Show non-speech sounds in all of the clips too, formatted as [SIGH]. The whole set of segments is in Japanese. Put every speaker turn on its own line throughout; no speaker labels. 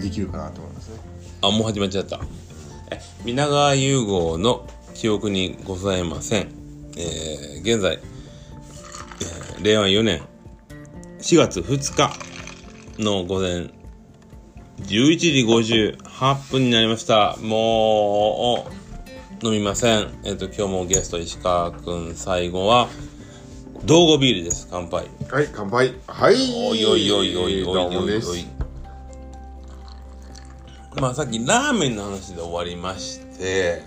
できるかなと思いますね
あもう始まっちゃったえ皆川融合の記憶にございません、えー現在、えー令和4年4月2日の午前11時58分になりましたもう飲みませんえっ、と今日もゲスト石川くん最後は道後ビールです乾杯
はい乾杯はい
おいおいおいおいおい
どうも
おい
です
おいまあさっきラーメンの話で終わりまして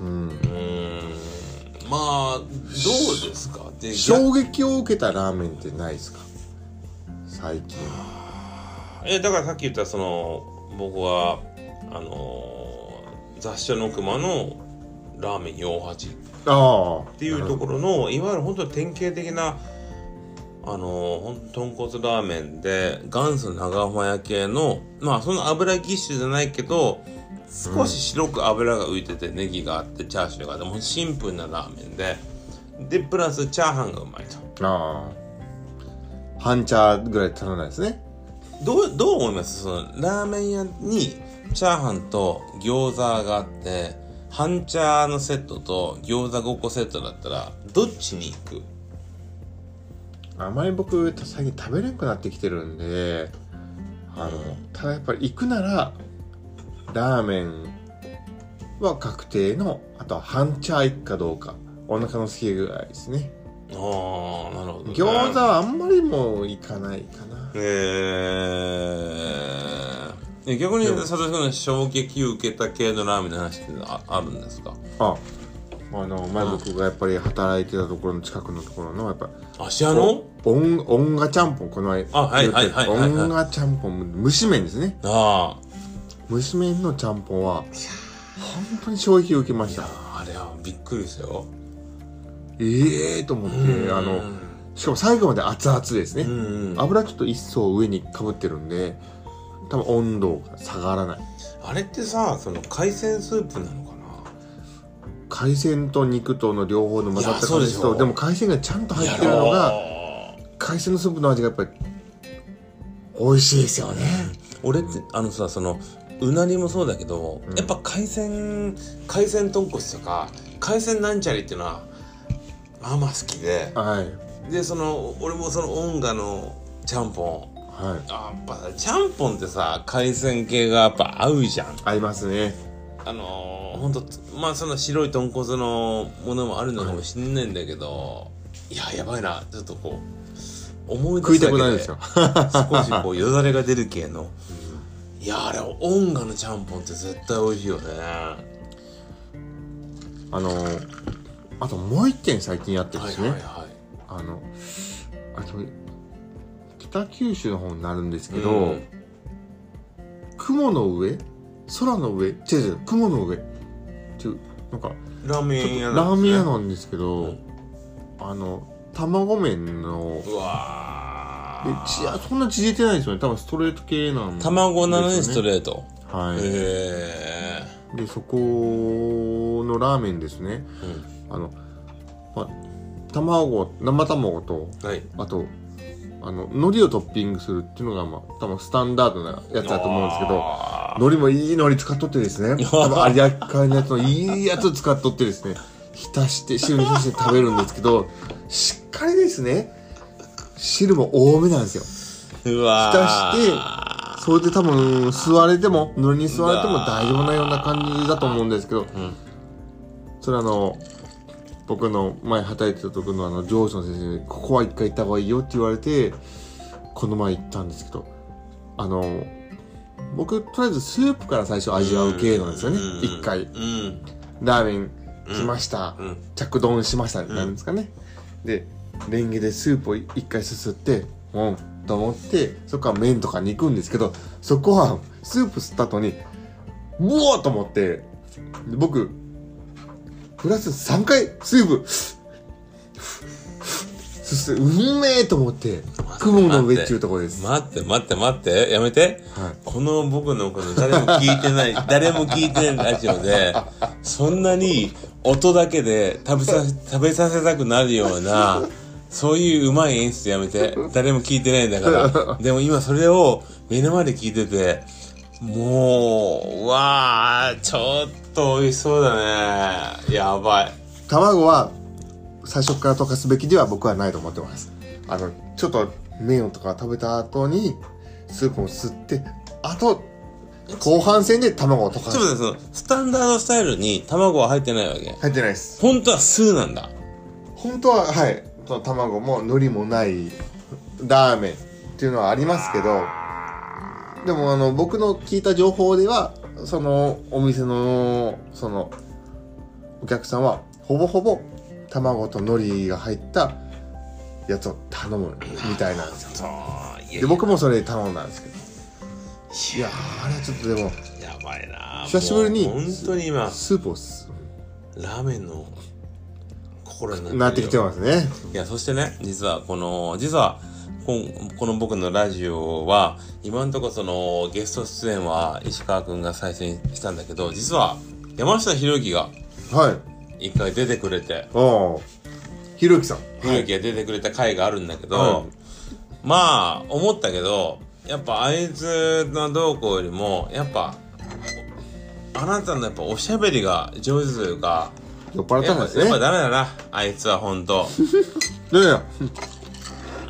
うん
うーんまあどうですかで
衝撃を受けたラーメンってないですか最近
えだからさっき言ったその僕はあのー雑誌の熊のラーメン48っ
ああって
いうところのいわゆる本当に典型的なあのーほん豚骨ラーメンで元祖長浜屋系のまあその油ぎっしゅじゃないけど少し白く油が浮いててネギがあってチャーシューがあってもうシンプルなラーメンででプラスチャーハンがうまいと
ああ半茶ぐらい足らないですね
どうどう思いますそのラーメン屋にチャーハンと餃子があって半チャーのセットと餃子5個セットだったらどっちに行く
あまり僕最近食べれなくなってきてるんであのただやっぱり行くならラーメンは確定のあとは半茶行くかどうかお腹の空き具合ですね
ああなるほど、ね、
餃子はあんまりもう行かないかな
えーえ逆に
でも
佐々木君の衝撃を受けた系のラーメンの話ってああるんですか
ああの前僕がやっぱり働いてたところの近くのところのやっぱ
芦屋の
おんおんがちゃんぽんこの前
あはいはいはいはいはい
おんがちゃんぽん蒸し麺ですね
ああ
蒸し麺のちゃんぽんは本当に衝撃を受けました
あれはびっくりですよ
ええと思ってあのしかも最後まで熱々です
う
ね
ん
油ちょっと一層上にかぶってるんで多分温度が下がらない
あれってさその海鮮スープなのかな
海鮮と肉との両方の混ざ
いや
った
そ
感
うで
じ
し
と
ょ
でも海鮮がちゃんと入ってるのが
が
海鮮のスープの味がやっぱり美味しいですよね
俺ってあのさそのうなりもそうだけど、
うん
やっぱ海鮮海鮮豚骨とか海鮮なんちゃりっていうのはあんま好きで
はい
でその俺もその音楽のちゃんぽん
はい
あやっぱさちゃんぽんってさ海鮮系がやっぱ合うじゃん
合いますね
あのー、ほんとまあその白い豚骨のものもあるのかもしんないんだけど、いややばいなちょっとこう思い
食
出
い
すだ
た
け
く
で
ないですよ
少
[LAUGHS]
しこうよだれが出る系の、いやあれ音楽のちゃんぽんって絶対美味しいよね
あのあともう一点最近やってるん
は
で
い
す
はい
ね、
は
あのあと北九州の方になるんです
い
けど、
うん
雲の上空の上違う違う雲の上っていうなんか
ラー
ちょっ
メン屋
と
な
ラ
ん
ー
です
メン
ね
屋なんですけど、
うん
あの卵麺の
うわ
でちいやそんな縮れてないですよね多分ストレート系なん
ー
ですよね
卵なのにストレート、
は
へ
い
え
でそこのラーメンですねあの、ま、卵生卵と
はい
あとあの海苔をトッピングするっていうのが、まあ、多分スタンダードなやつだと思うんですけど
あ
海苔もいい海苔使っとってですね多分有明海のやつのいいやつ使っとってですね浸して汁に浸して食べるんですけどしっかりですね汁も多めなんですよ
ーうわー
それで多分吸われても海苔に吸われても大丈夫なような感じだと思うんですけど
うん
それあの僕の前働いてたところのあの上司の先生に「ここは一回行った方がいいよ」って言われてこの前行ったんですけどあの僕とりあえずスープから最初味わう系なんですよね
うん
一回
うん
ラーメン来ました、
うん
着丼しましたなんですかね、でレンゲでスープを一回すすってうんと思ってそこから麺とかに行くんですけどそこはスープ吸った後にうおーと思ってで僕プラス3回スープすすうんめえと思って雲の上っちゅうところです、は
待って待って待ってやめてこの僕のこの誰も聞いて [LAUGHS] ない誰も聞いてないラジオでそんなに音だけで食べさ食べさせたくなるようなそういううまい演出やめて誰も聞いてないんだからでも今それを目の前で聞いててもう、うわあ、ちょっと美味しそうだね。やばい。
卵は最初から溶かすべきでは僕はないと思ってますあのちょっと麺とか食べた後にスープを吸ってあと後半戦で卵を溶か
ち
す
ょっと待って、その、スタンダードスタイルに卵は入ってないわけ。
入ってないです
本当は酢なんだ。
本当ははいその卵も海苔もないラーメンっていうのはありますけどでもあの僕の聞いた情報ではそのお店のそのお客さんはほぼほぼ卵と海苔が入ったやつを頼むみたいなんですよ
そう、い
で僕もそれ頼んだんですけどい
い
やーあれはちょっとでも
や、やばいな
久しぶりに
もう本当に今、
スープをす
ラーメンの心に
な
な
っ
ってて
き
るよ
てますね
いや、そしてね、実はこの、実は、こんこの僕のラジオは、今のところその、ゲスト出演は石川くんが再生したんだけど、実は、山下博之が
はい
一回出てくれて、
おおひろゆきさん
博之が出てくれた回があるんだけど、
は
まあ、思ったけど、やっぱあいつのどうこうよりも、やっぱ、あなたのやっぱおしゃべりが上手というか、
酔っ払っ
や
た
っ
ん
ぱ
です
や
ね
っぱダメだな、あいつは本当。
いやいや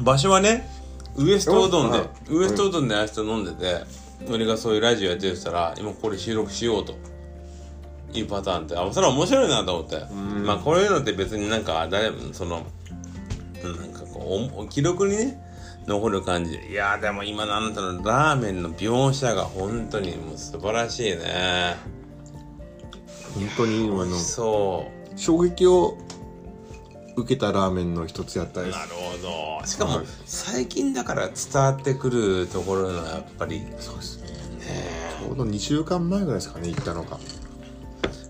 場所はねウエストうどんで
はい
ウエストうどんであいつと飲んでて俺がそういうラジオやってるって言ったら今これ収録しようというパターンってあそれは面白いなと思ってまあこういうのって別になんか誰もそのうんなんかこうお記録にね残る感じいやーでも今のあなたのラーメンの描写が本当にもう素晴らしいね
本当に今の
そう
衝撃を受けたラーメンの一つやったです
なるほどしか
は
も
い
最近だから伝わってくるところのやっぱり
そうですねちょうど2週間前ぐらいですかね行ったのが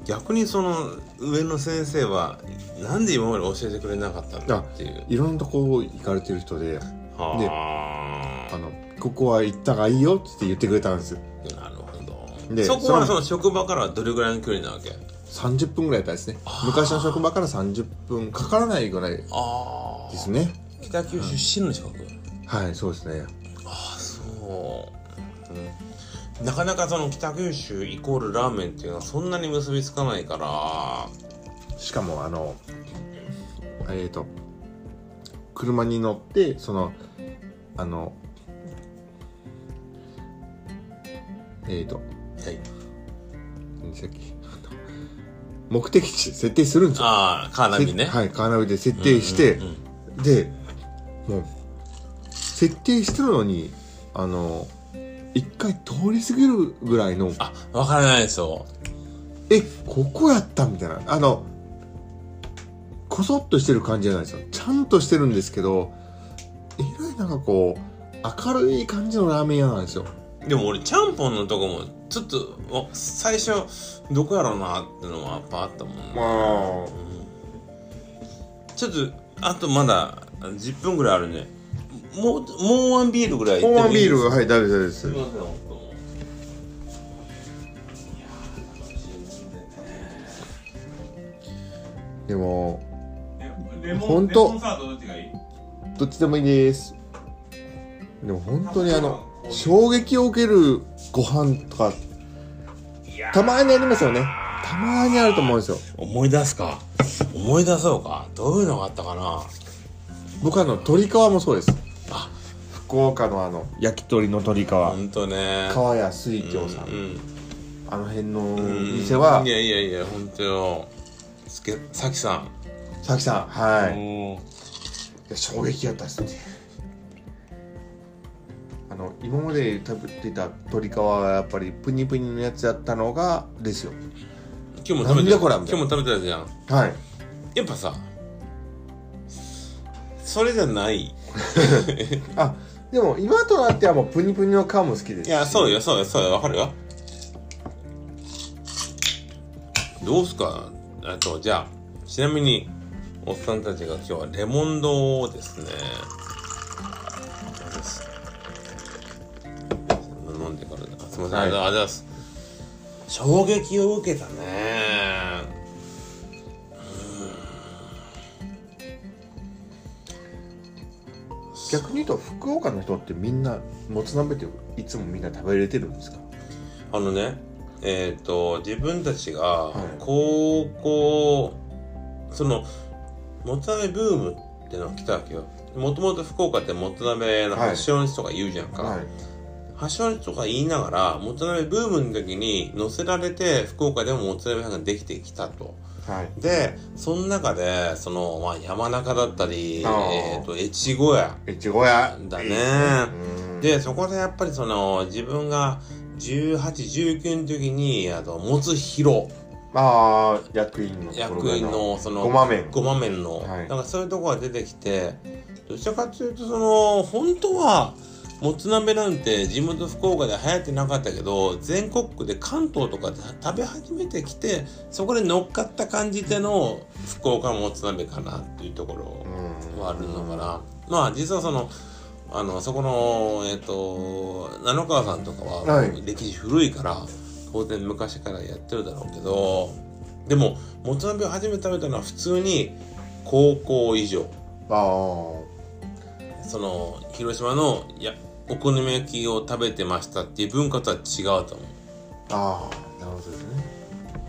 逆にその上の先生はなんで今まで教えてくれなかったんだっていう
いろんなとこ行かれてる人で
は
あのここは行った方がいいよって言ってくれたんです
あなるほど
で
そこはその職場からはどれぐらいの距離なわけ
30分ぐらいだったですね昔の職場から30分かからないぐらいで
ああ
すね
北九州市の近く、
はいそうですね
ああそう、うん、なかなかその北九州イコールラーメンっていうのはそんなに結びつかないから
しかもあのえっ、と車に乗ってそのあのえっ、と
はい
何でしたっけ [LAUGHS] あの目的地設定するんですよ
ああカーナビね
せはいカーナビで設定して、
うんうん
でもう設定してるのにあの一回通り過ぎるぐらいの
あわからないですよ
えここやったみたいなあのこそっとしてる感じじゃないですよちゃんとしてるんですけどえらいなんかこう明るい感じのラーメン屋なんですよ
でも俺ちゃんぽんのとこもちょっとお最初どこやろうなってのはやっぱあったもんね
あ
ちょっとあとまだ10分ぐらいあるねもうもうワンビールぐらい
本
行っ
番
てもい
ビー
い
ル
です
がはい大丈夫です
すみません本当もういやー楽しみで
でも
レモン
ほんと
レモンサワーとどっちがいい
どっちでもいいですでも本当にあの衝撃を受けるご飯とかたまにありますよねたまにあると思うんですよ
思い出すか思い出そうかどういうのがあったかな
僕あの鶏皮もそうです
あ
福岡のあの焼き鳥の鶏皮
本当ね
川屋水郷さん、
うん
あの辺の
うん
店はい
やいやいや本当よすけさきさん
さきさんはい、い
も
や衝撃やったっすねあの今まで食べてた鶏皮はやっぱりプニプニのやつやったのがですよ
う今日も食べ
なん
て
だこらみ
今
たいな
日も食べてたじゃん
はい
やっぱさそれじゃない
あでも今となってはもうプニプニの皮も好きです
いやそううよそうよそうよわかるよどうすかあとじゃあちなみにおっさんたちが今日はレモン丼をですね飲んでからだすみませ
は
ん、
い
ありがとうございます衝撃を受けたね
逆に言うと福岡の人ってみんなもつ鍋っていつもみんな食べれてるんですか
あのねえっ、と自分たちが高校、そのもつ鍋ブームってのが来たわけよもともと福岡ってもつ鍋の発祥の地とか言うじゃんか、
はい
発祥の地とか言いながらもつ鍋ブームの時に乗せられて福岡でももつ鍋屋さんができてきたと
はい
でその中でその、まあ、山中だったり、
あー
えー、と越後屋
いちご屋
だね
うん
でそこでやっぱりその自分が1819の時にあともつ広
まあ役員のところぐら
役
い
員のその
ごま麺
ごま麺の、
はい
なんかそういうとこが出てきてどちらかというとその本当はもつ鍋なんて地元福岡で流行ってなかったけど全国区で関東とかで食べ始めてきてそこで乗っかった感じでの福岡もつ鍋かなっていうところ
うん
はあるのかな、まあ実はそのあのそこのえっ、と七川さんとか
は
はい歴史古いから、当然昔からやってるだろうけどでももつ鍋を初めて食べたのは普通に高校以上
ああ
その広島のいやお好み焼きを食べてましたっていう文化とは違うと思う。
ああなるほどですね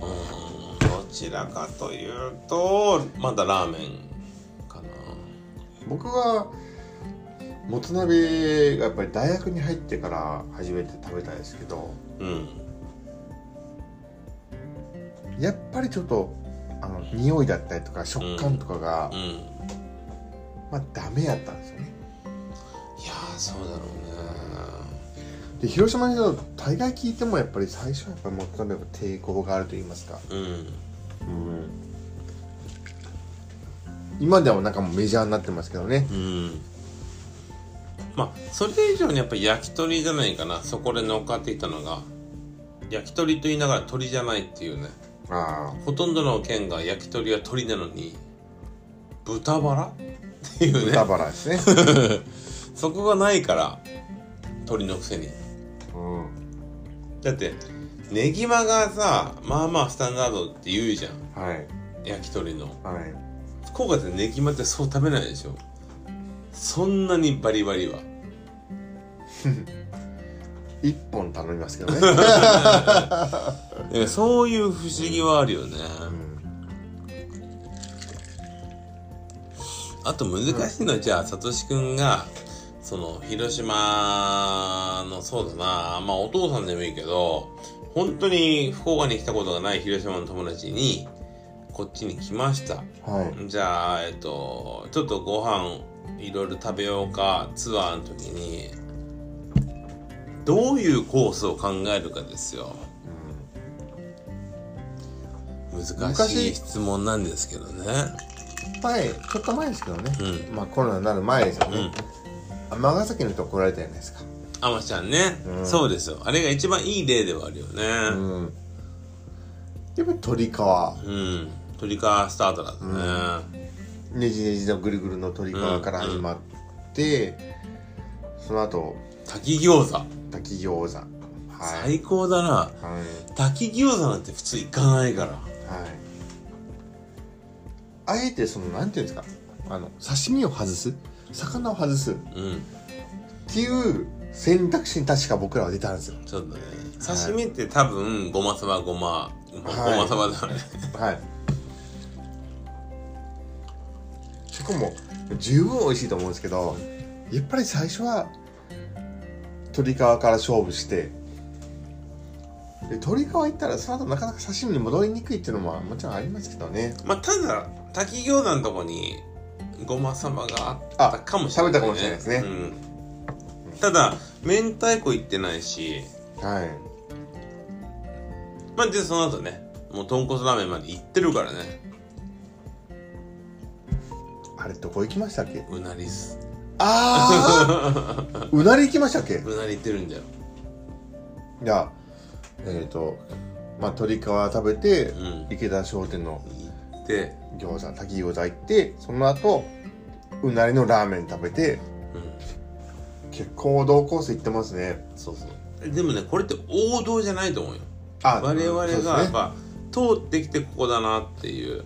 うーんどちらかというとまだラーメンかな。
僕はもつ鍋がやっぱり大学に入ってから初めて食べたんですけど
うん
やっぱりちょっとあの匂いだったりとか食感とかが、
うん
まあダメやったんですよね
いやーそうだろうね。
で広島にいたら大概聞いてもやっぱり最初はやっぱりもつ鍋は抵抗があると言いますか
うん
うん今ではなんかもうメジャーになってますけどね
うんまあそれ以上にやっぱり焼き鳥じゃないかなそこで乗っかっていたのが焼き鳥と言いながら鳥じゃないっていうね
ああ
ほとんどの県が焼き鳥は鳥なのに豚バラっていう
豚
ね
バラですね、
そこがないから鳥のくせに
うん、
だってネギマがさまあまあスタンダードって言うじゃん
はい
焼き鳥の
はい
福岡でネギマってそう食べないでしょそんなにバリバリは
一本頼みますけど [LAUGHS] ね、
いやそういう不思議はあるよね、
うん
あと難しいのは、じゃあさとしくんがその広島のそうだなまあお父さんでもいいけど本当に福岡に来たことがない広島の友達にこっちに来ました
はい
じゃあえっとちょっとご飯いろいろ食べようかツアーの時にどういうコースを考えるかですよ難しい
昔
質問なんですけどね
前ちょっと前ですけどね、
う
まあコロナになる前ですよ
うん
ね尼、崎の人来られたじゃないですか
あまちゃんね、
うん
そうですよあれが一番いい例ではあるよね
うんやっぱり鶏皮
うん、鳥かスタートだったね
ねじねじのぐるぐるの鶏皮から始まって、その後
炊き餃子、
炊き餃子はい
最高だな
はい
炊き餃子なんて普通行かないから
はいあえてそのなんていうんですかあの刺身を外す魚を外すっ
うん
ていう選択肢に確か僕らは出たんですよ
ちょっとね刺身って多分ごまさばごまご
はい
まさばだ
[LAUGHS]
よね、
はい。そこも十分美味しいと思うんですけど、やっぱり最初は鶏皮から勝負して、で鶏皮行ったらその後なかなか刺身に戻りにくいっていうのももちろんありますけどね。
まあただ炊き餃子のとこにごまさばがあったかもしれな
あ食べ
い、
たかもしれないですね
うんただ明太子行ってないし
はい。
まあでその後ねもう豚骨ラーメンまで行ってるからね
あれどこ行きましたっけ？
うなりっす
ああ、うなり行きましたっけ？
うなり行ってるんだよ
じゃあえっ、とまあ鶏皮食べて、
うん
池田商店の
行って
餃子炊き餃子行ってその後うなりのラーメン食べて
うん
結構同コース行ってますね
そうそうでもねこれって王道じゃないと思うよ
あ
我々が
そうですね
やっぱ、通ってきてここだなっていう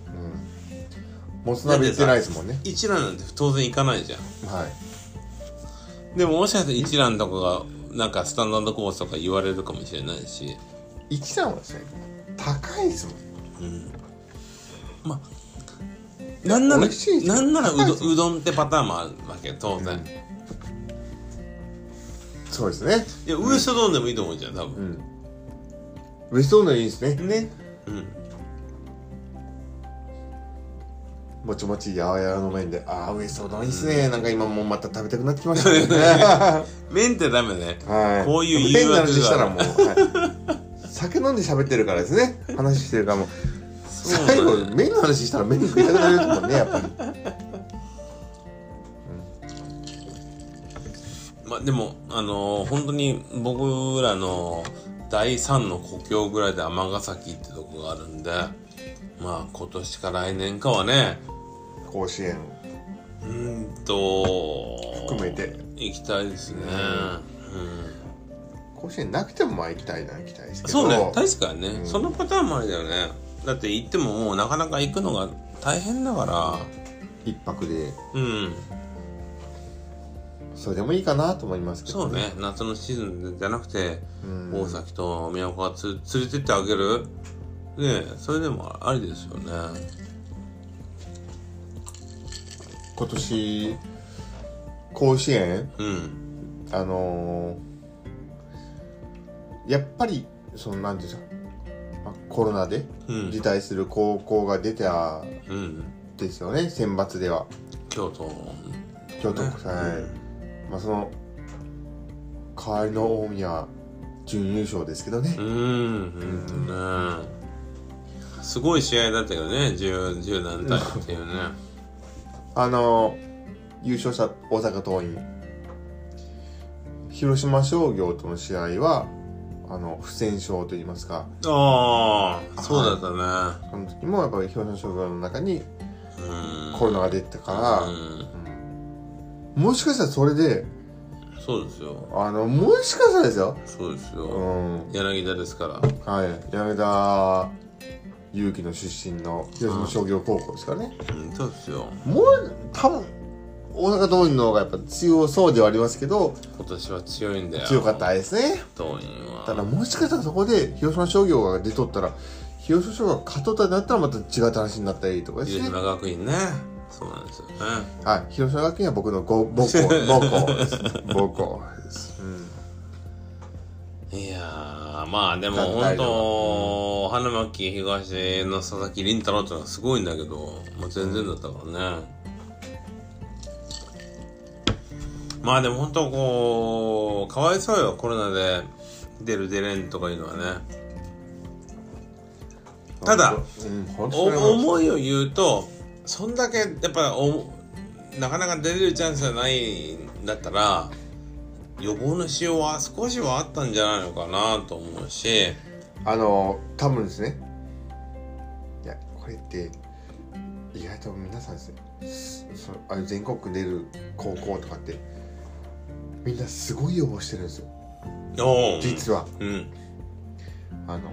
うんもつ鍋行ってないですもんね
一蘭なんて当然行かないじゃん
は
でももしかしたら一蘭とかがなんかスタンダードコースとか言われるかもしれないし、
一さんはですね高いですもん
うん、まあなんなら
美味しいですよ
なんならう
高いです
どうどんってパターンもあるわけ当然、
うんそうですね
いやウエストドーンでもいいと思うじゃん多
う
分、
んウエストのいいですね
ねうん
もちもちやわやわの麺でああウエストのいいですね、なんか今もうまた食べたくなってきました
[LAUGHS]
ね
麺ってダメね
はい
こういう誘惑が
変な話したらもう、はい酒飲んで喋ってるからですね話してるからもう
そう
最後
なんだよ
麺の話したら麺食いたくなりますもんねやっぱり
まあでもあのー本当に僕らの第3の故郷ぐらいで尼崎ってとこがあるんでまあ今年か来年かはね
甲子園
うーんと
含めて
行きたいですねうん
甲子園なくてもまあ行きたいな行きたいですけど
そうね確かにね、
うん
そのパターンもあれだよねだって行ってももうなかなか行くのが大変だから
一泊で
うん
それでもいいかなと思いますけど
そうね夏のシーズンじゃなくて、
うん
大崎と宮古がつ連れてってあげるねえそれでもありですよね
今年甲子園
うん
あのーやっぱりそのなんていうんですかまあコロナで
うん
辞退する高校が出たん
うん
ですよね、選抜では
京都
京都国際、まあその代わりの大宮準優勝ですけどね
うん、うんほんとねすごい試合だったけどね十十何対っていうね
あの優勝した大阪桐蔭広島商業との試合はあの不戦勝といいますか
ああそうだったね
その時もやっぱり広島商業の中に
うん
コロナが出てたから、
うん
うんもしかしたらそれで
そうですよ。
あのもしかしたらですよ、
そうです
う
よ。
ん
柳田ですから。
はい、柳田悠岐の出身の広島商業高校ですからね、
うん、そうですよ。
もう多分大阪桐蔭の方がやっぱ強そうではありますけど
今年は強いんだよ。
強かった。ですね
党員は。
ただもしかしたらそこで広島商業が出とったら広島商業が勝とったになったらまた違った話になったりとかです
広
ね
島学院ね。そうなんですよね。
はい広島学院は僕の
[LAUGHS]
ご母校母校です母校です、うん
いやー、まあでも
だ
本
大丈
当、花巻東の佐々木麟太郎ってのはすごいんだけど、もう全然だったからね。まあでも本当こう、かわいそうよ、コロナで出る出れんとかいうのはね。ただ
うん、本
お
当に思いま
思いを言うとそんだけやっぱおなかなか出れるチャンスがないんだったら予防のしようは少しはあったんじゃないのかなと思うし
すあの多分ですねいやこれって意外と皆さんですねそあの全国区出る高校とかってみんなすごい予防してるんですよ
おう
実は
うん
あの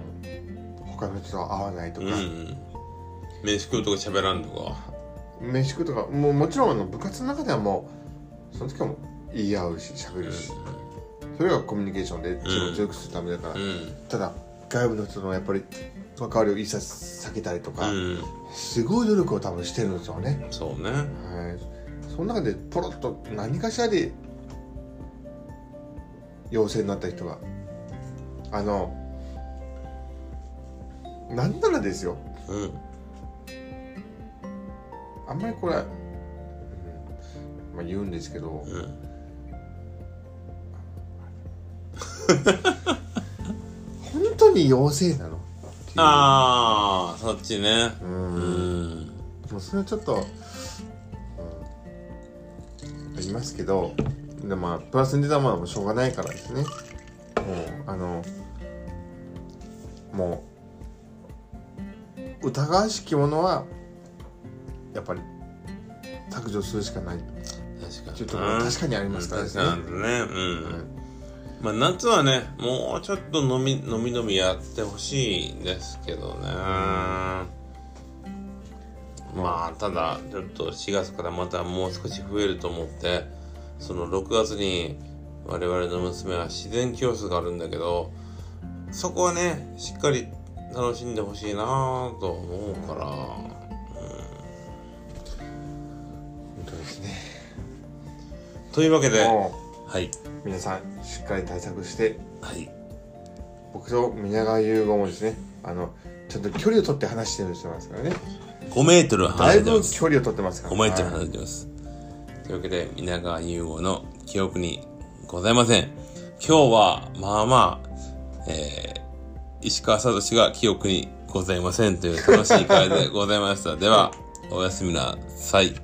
他の人と会わないと
う
か、
んうん飯食うとか喋らんとか
飯食うとかもうもちろんあの部活の中ではもうその時はもう言い合うし喋るし、それがコミュニケーションで自分を強くするためだから、
うん
ただ外部の人のやっぱり関わりを一切避けたりと
う
か、
ん
すごい努力を多分してるんですよね、
そうね
はい、その中でポロッと何かしらで陽性になった人があのなんならですよ
うん
あんまりこれ、うんまあ、言うんですけど、
うん
本当に妖精なのっていう
ああそっちね
う
うんん
もうそれはちょっと、うん、ありますけどでまあプラスに出たものはもうしょうがないからですねもうあのもう疑わしきものはやっぱり削除するしかない
確かに
ちょっとこれ確かにありますからですね
うん確かにあるねうん、
はい
まあ夏はねもうちょっと飲み飲み飲みやってほしいですけどね、まあただちょっと4月からまたもう少し増えると思ってその6月に我々の娘は自然教室があるんだけどそこはねしっかり楽しんでほしいなぁと思うから、うん、本当ですねというわけでは
も
いう
皆さんしっかり対策して
はい
僕と皆川優吾もですねあのちょっと距離を取って話してる人なんですからね
5メートル離
だい
れて
ぶ
ます
距離を取ってますから
5メートル離
はい
れてますというわけで皆川優吾の記憶にございません今日はまあまあ、えー、石川聡が記憶にございませんという楽しい会でございましたではおやすみなさい